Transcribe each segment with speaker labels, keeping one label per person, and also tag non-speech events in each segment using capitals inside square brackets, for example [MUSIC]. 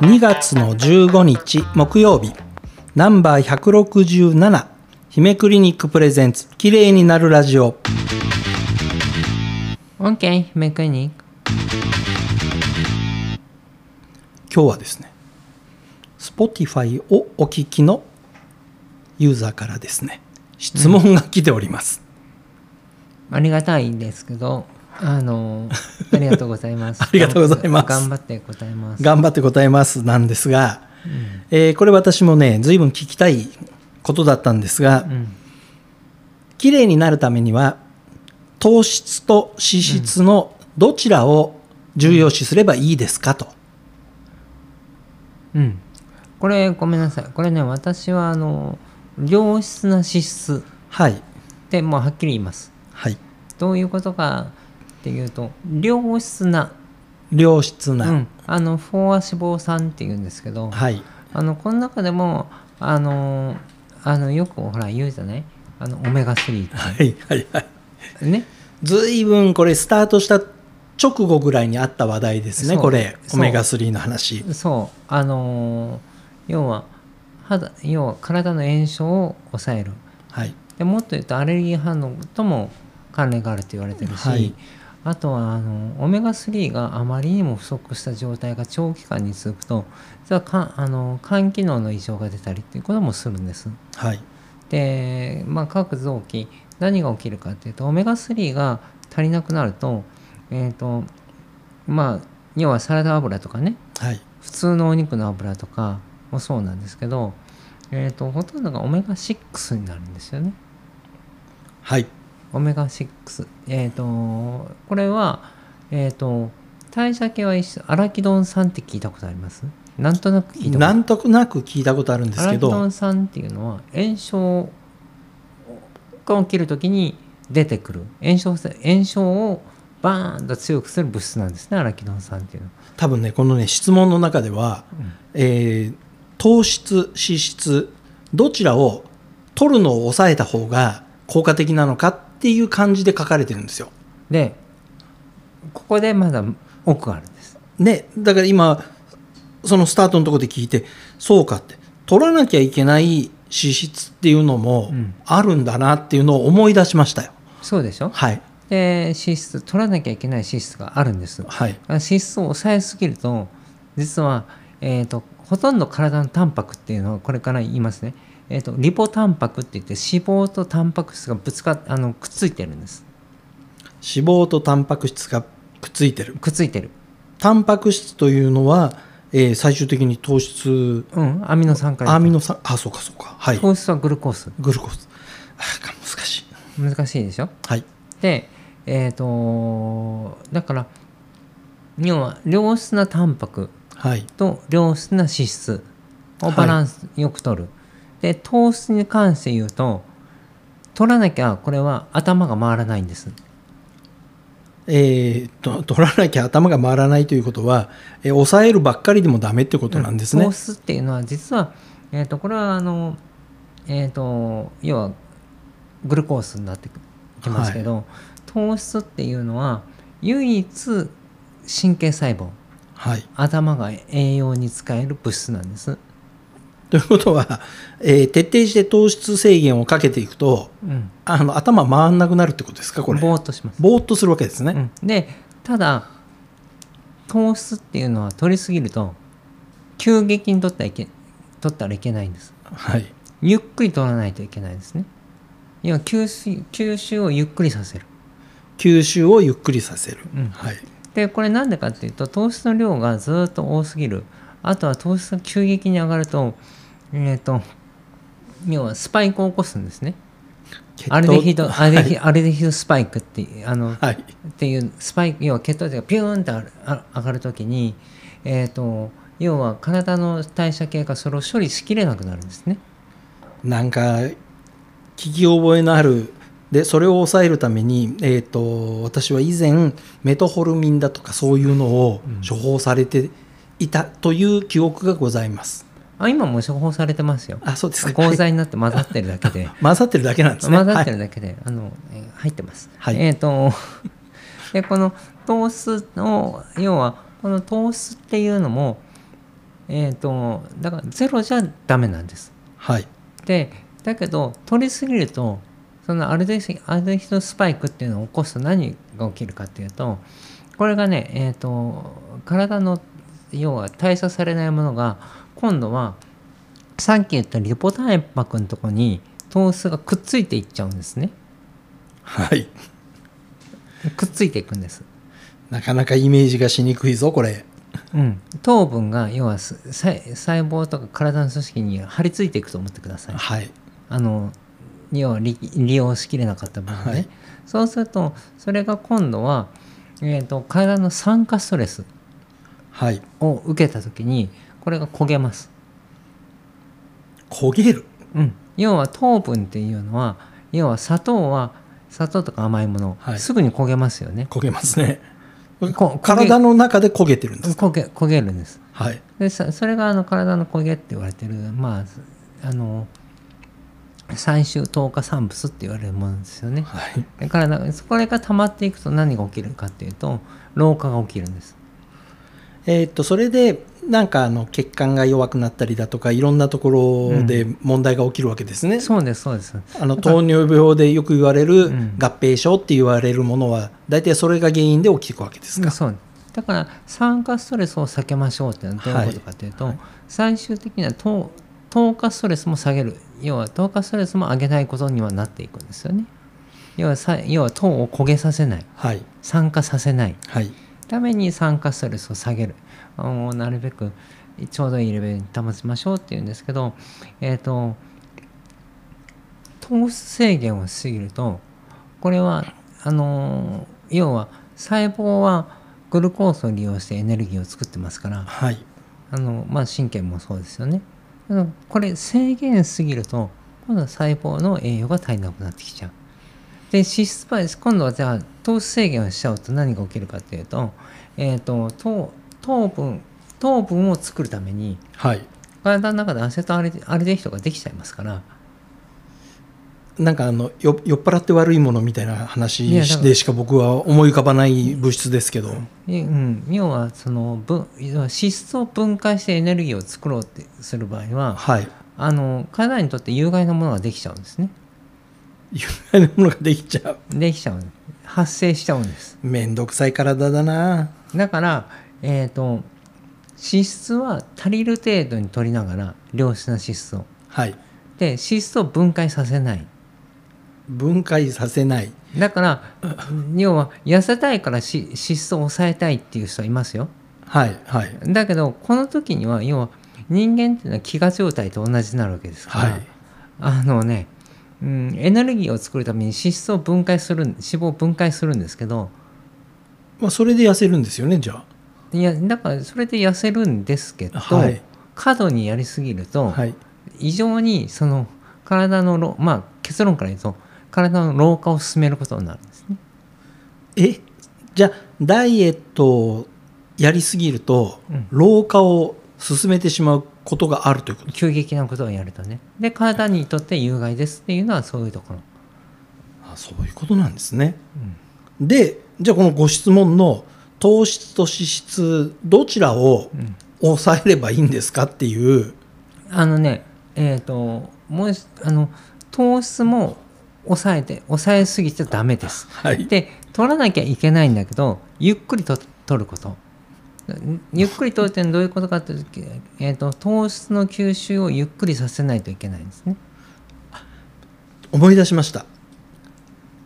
Speaker 1: 2月の15日木曜日ナンバー167姫クリニックプレゼンツ綺麗になるラジオ
Speaker 2: OK 姫クリニック
Speaker 1: 今日はですね Spotify をお聞きのユーザーからですね質問が来ております、
Speaker 2: ありがたいんですけど
Speaker 1: [LAUGHS]
Speaker 2: あのありがとうございます
Speaker 1: ありがとうございます
Speaker 2: 頑張って答えます
Speaker 1: 頑張って答えますなんですが、えーこれ私もね随分聞きたいことだったんですが、
Speaker 2: うん
Speaker 1: 綺麗になるためには糖質と脂質のどちらを重要視すればいいですかと、
Speaker 2: うんこれごめんなさいこれね私はあの良質な脂質
Speaker 1: はい
Speaker 2: ってもうはっきり言います
Speaker 1: はい
Speaker 2: どういうことかっていうと良質な
Speaker 1: 良質な、
Speaker 2: うん、あの飽和脂肪酸っていうんですけど、
Speaker 1: はい
Speaker 2: あのこの中でもあのあのよくほら言うじゃないあのオメガ3っ
Speaker 1: はいはいはい
Speaker 2: てね
Speaker 1: ずいぶんこれスタートした直後ぐらいにあった話題ですね
Speaker 2: そう
Speaker 1: これオ
Speaker 2: そう
Speaker 1: メガ3の話
Speaker 2: そうあの要は肌要は体の炎症を抑える
Speaker 1: はい
Speaker 2: でもっと言うとアレルギー反応とも関連があると言われてるし、
Speaker 1: はい
Speaker 2: あとはあのオメガ3があまりにも不足した状態が長期間に続くと実はかあの肝機能の異常が出たりっていうこともするんです。
Speaker 1: はい
Speaker 2: で、まあ、各臓器何が起きるかっていうとオメガ3が足りなくなると,、えーとまあ、要はサラダ油とかね
Speaker 1: はい
Speaker 2: 普通のお肉の油とかもそうなんですけど、えー、とほとんどがオメガ6になるんですよね。
Speaker 1: はい
Speaker 2: オメガ6、えー、とこれは、えー、と代謝系は一緒アラキドン酸って聞いたことありますなんとなく聞いたことあ
Speaker 1: な
Speaker 2: る
Speaker 1: んとなく聞いたことあるんです
Speaker 2: アラ
Speaker 1: け
Speaker 2: キド
Speaker 1: ど
Speaker 2: ン酸っていうのは炎症が起きるときに出てくる炎症せ炎症をバーンと強くする物質なんですねアラキドン酸っていうのは、
Speaker 1: 多分ねこのね質問の中では、えー糖質脂質どちらを取るのを抑えた方が効果的なのかっていう感じで書かれてるんですよ。
Speaker 2: でここでまだ奥があるんです
Speaker 1: ね、だから今そのスタートのところで聞いてそうかって取らなきゃいけない脂質っていうのも
Speaker 2: うん
Speaker 1: あるんだなっていうのを思い出しましたよ。
Speaker 2: そうでしょ
Speaker 1: はい
Speaker 2: で脂質取らなきゃいけない脂質があるんです
Speaker 1: はい
Speaker 2: 脂質を抑えすぎると実は、えー、とほとんど体のタンパクっていうのはこれから言いますね、えー、とリポタンパクって言って脂肪とタンパク質がぶつかっあのくっついてるんです
Speaker 1: 脂肪とタンパク質がくっついてる
Speaker 2: くっついてる
Speaker 1: タンパク質というのは、えー最終的に糖質
Speaker 2: うんアミノ酸から
Speaker 1: アミノ酸あそうかそうかはい
Speaker 2: 糖質はグルコース
Speaker 1: グルコースあか難しい
Speaker 2: 難しいでしょ
Speaker 1: はい
Speaker 2: でえっ、とだから要は良質なタンパク
Speaker 1: はい
Speaker 2: と良質な脂質をバランスよく取る、で糖質に関して言うと取らなきゃこれは頭が回らないんです
Speaker 1: えー、と取らなきゃ頭が回らないということは、えー抑えるばっかりでもダメってことなんですね、
Speaker 2: 糖質っていうのは実は、えー、とこれはあの、えー、と要はグルコースになってきますけど、糖質っていうのは唯一神経細胞
Speaker 1: はい
Speaker 2: 頭が栄養に使える物質なんです。
Speaker 1: ということは、えー徹底して糖質制限をかけていくと
Speaker 2: うん、
Speaker 1: あの頭回んなくなるってことですかこれ
Speaker 2: ぼーっとします
Speaker 1: ぼーっとするわけですね、
Speaker 2: うんでただ糖質っていうのは取りすぎると急激に取ったらいけ取ったらいけないんです
Speaker 1: はい
Speaker 2: ゆっくり取らないといけないですね要は吸収吸収をゆっくりさせる、
Speaker 1: 吸収をゆっくりさせる、
Speaker 2: うん
Speaker 1: はい
Speaker 2: でこれなんでかっていうと糖質の量がずっと多すぎるあとは糖質が急激に上がるとえっ、と要はスパイクを起こすんですね
Speaker 1: 血糖
Speaker 2: アルデヒド、
Speaker 1: は
Speaker 2: ア
Speaker 1: い
Speaker 2: ルデヒアルデヒドスパイクってあの、
Speaker 1: はい
Speaker 2: っていうスパイク要は血糖値がピューンとあるあ上がるときに、えー、と要は体の代謝系がそれを処理しきれなくなるんですね。
Speaker 1: なんか聞き覚えのあるでそれを抑えるために、えー、と私は以前メトホルミンだとかそういうのを
Speaker 2: うん
Speaker 1: 処方されていたという記憶がございます。
Speaker 2: あ今もう処方されてますよ。
Speaker 1: あそうですか
Speaker 2: 合
Speaker 1: はい
Speaker 2: 剤になって混ざってるだけ
Speaker 1: [LAUGHS]
Speaker 2: で
Speaker 1: 混ざってるだけなんですね。
Speaker 2: 混ざっ
Speaker 1: はい
Speaker 2: てるだけで、あのえー入ってます。
Speaker 1: はい
Speaker 2: えっ、と [LAUGHS] でこの糖質を要はこの糖質っていうのもえっ、とだからゼロじゃダメなんです。
Speaker 1: はい
Speaker 2: でだけど取りすぎるとそのアルデヒアルデヒドスパイクっていうのを起こすと何が起きるかっていうとこれがね、えー、と体の要は代謝されないものが今度はさっき言ったリポタンパクのとこに糖質がくっついていっちゃうんですね
Speaker 1: はい
Speaker 2: くっついていくんです、
Speaker 1: なかなかイメージがしにくいぞこれ
Speaker 2: うん、糖分が要はす細細胞とか体の組織に張り付いていくと思ってください
Speaker 1: はい
Speaker 2: あの要は利利用しきれなかった分ね、
Speaker 1: はい
Speaker 2: そうするとそれが今度は、えー、と体の酸化ストレス
Speaker 1: はい
Speaker 2: を受けた時にこれが焦げます、
Speaker 1: 焦げる
Speaker 2: うん、要は糖分っていうのは要は砂糖は砂糖とか甘いもの、
Speaker 1: はい
Speaker 2: すぐに焦げますよね
Speaker 1: 焦げますね
Speaker 2: こ
Speaker 1: 体の中で焦げてるんです
Speaker 2: 焦げ焦げるんです
Speaker 1: はい
Speaker 2: でさそれがあの体の焦げって言われてるまああの最終糖化産物って言われるものですよね
Speaker 1: はい
Speaker 2: だからなそこが溜まっていくと何が起きるかっていうと老化が起きるんです。
Speaker 1: えーっとそれでなんかあの血管が弱くなったりだとかいろんなところで問題が起きるわけですね、
Speaker 2: そうですそうです。
Speaker 1: あの
Speaker 2: だから
Speaker 1: 糖尿病でよく言われる
Speaker 2: うん
Speaker 1: 合併症って言われるものは大体それが原因で起きていくわけですか、
Speaker 2: そうだから酸化ストレスを避けましょうっていうのはどういうことかというと、最終的には糖糖化ストレスも下げる要は糖化ストレスも上げないことにはなっていくんですよね。要はさ要は糖を焦げさせない
Speaker 1: はい
Speaker 2: 酸化させない
Speaker 1: はい
Speaker 2: ために酸化ストレスを下げるをなるべくちょうどいいレベルに保ちましょうっていうんですけど、えー、と糖質制限をしすぎるとこれはあのー要は細胞はグルコースを利用してエネルギーを作ってますから
Speaker 1: はい
Speaker 2: あの、まあ、神経もそうですよね。あのこれ制限しすぎると今度は細胞の栄養が足りなくなってきちゃう。で脂質バイス今度はじゃあ糖質制限をしちゃうと何が起きるかっていうと,、えー、と糖糖分糖分を作るために
Speaker 1: はい
Speaker 2: 体の中でアセトアルデアルデヒドができちゃいますから
Speaker 1: なんかあのよ酔っ払って悪いものみたいな話
Speaker 2: いやだから
Speaker 1: でしか僕は思い浮かばない物質ですけど、
Speaker 2: えうん、要はその分要は脂質を分解してエネルギーを作ろうってする場合は
Speaker 1: はい
Speaker 2: あの体にとって有害なものができちゃうんですね
Speaker 1: 有害なものができちゃう
Speaker 2: できちゃう発生しちゃうんです
Speaker 1: めんどくさい体だな
Speaker 2: だから、えー、と脂質は足りる程度に取りながら良質な脂質を
Speaker 1: はい
Speaker 2: で脂質を分解させない
Speaker 1: 分解させない
Speaker 2: だから
Speaker 1: [LAUGHS]
Speaker 2: 要は痩せたいからし脂質を抑えたいっていう人いますよ
Speaker 1: はいはい
Speaker 2: だけどこの時には要は人間っていうのは飢餓状態と同じになるわけですから、
Speaker 1: はい
Speaker 2: あのね、うん、エネルギーを作るために脂質を分解するん脂肪を分解するんですけど
Speaker 1: まあ、それで痩せるんですよねじゃ
Speaker 2: いやだからそれで痩せるんですけど、
Speaker 1: あはい
Speaker 2: 過度にやりすぎると、
Speaker 1: はい
Speaker 2: 異常にその体の老まあ結論から言うと体の老化を進めることになるんですね。
Speaker 1: えじゃあダイエットをやりすぎると、
Speaker 2: うん
Speaker 1: 老化を進めてしまうことがあるということ
Speaker 2: 急激なことをやるとね。で体にとって有害ですっていうのはそういうところ。
Speaker 1: あそういうことなんですね
Speaker 2: うん
Speaker 1: でじゃあこのご質問の糖質と脂質どちらを
Speaker 2: うん
Speaker 1: 抑えればいいんですかっていう
Speaker 2: あのねえっ、ともうあの糖質も抑えて抑えすぎちゃダメです。
Speaker 1: はい
Speaker 2: で取らなきゃいけないんだけどゆっくりと取ることんゆっくり取るってどういうことかっていうと,、えー、と糖質の吸収をゆっくりさせないといけないんですね。
Speaker 1: 思い出しました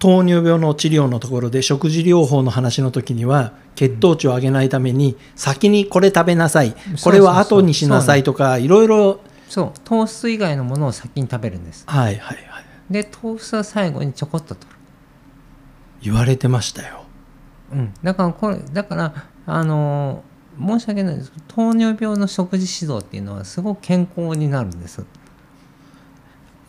Speaker 1: 糖尿病の治療のところで食事療法の話の時には血糖値を上げないために先にこれ食べなさい
Speaker 2: そうそ
Speaker 1: こ
Speaker 2: う
Speaker 1: れは後にしなさいとかいろいろ
Speaker 2: そう糖質以外のものを先に食べるんです
Speaker 1: はいはいはい
Speaker 2: で糖質は最後にちょこっと取
Speaker 1: 言われてましたよ
Speaker 2: る、うん、だからこれだからあのー申し訳ないですけど糖尿病の食事指導っていうのはすごく健康になるんです、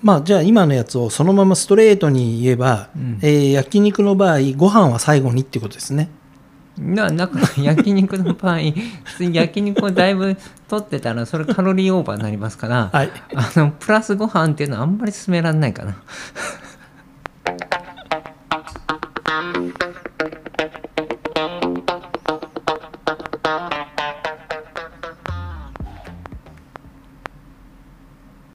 Speaker 1: まあじゃあ今のやつをそのままストレートに言えば、
Speaker 2: うん
Speaker 1: えー焼肉の場合ご飯は最後にってことですね
Speaker 2: なだから [LAUGHS] 焼肉の場合普通に焼肉をだいぶ取ってたらそれカロリーオーバーになりますから、
Speaker 1: はい
Speaker 2: あのプラスご飯っていうのはあんまり勧められないかな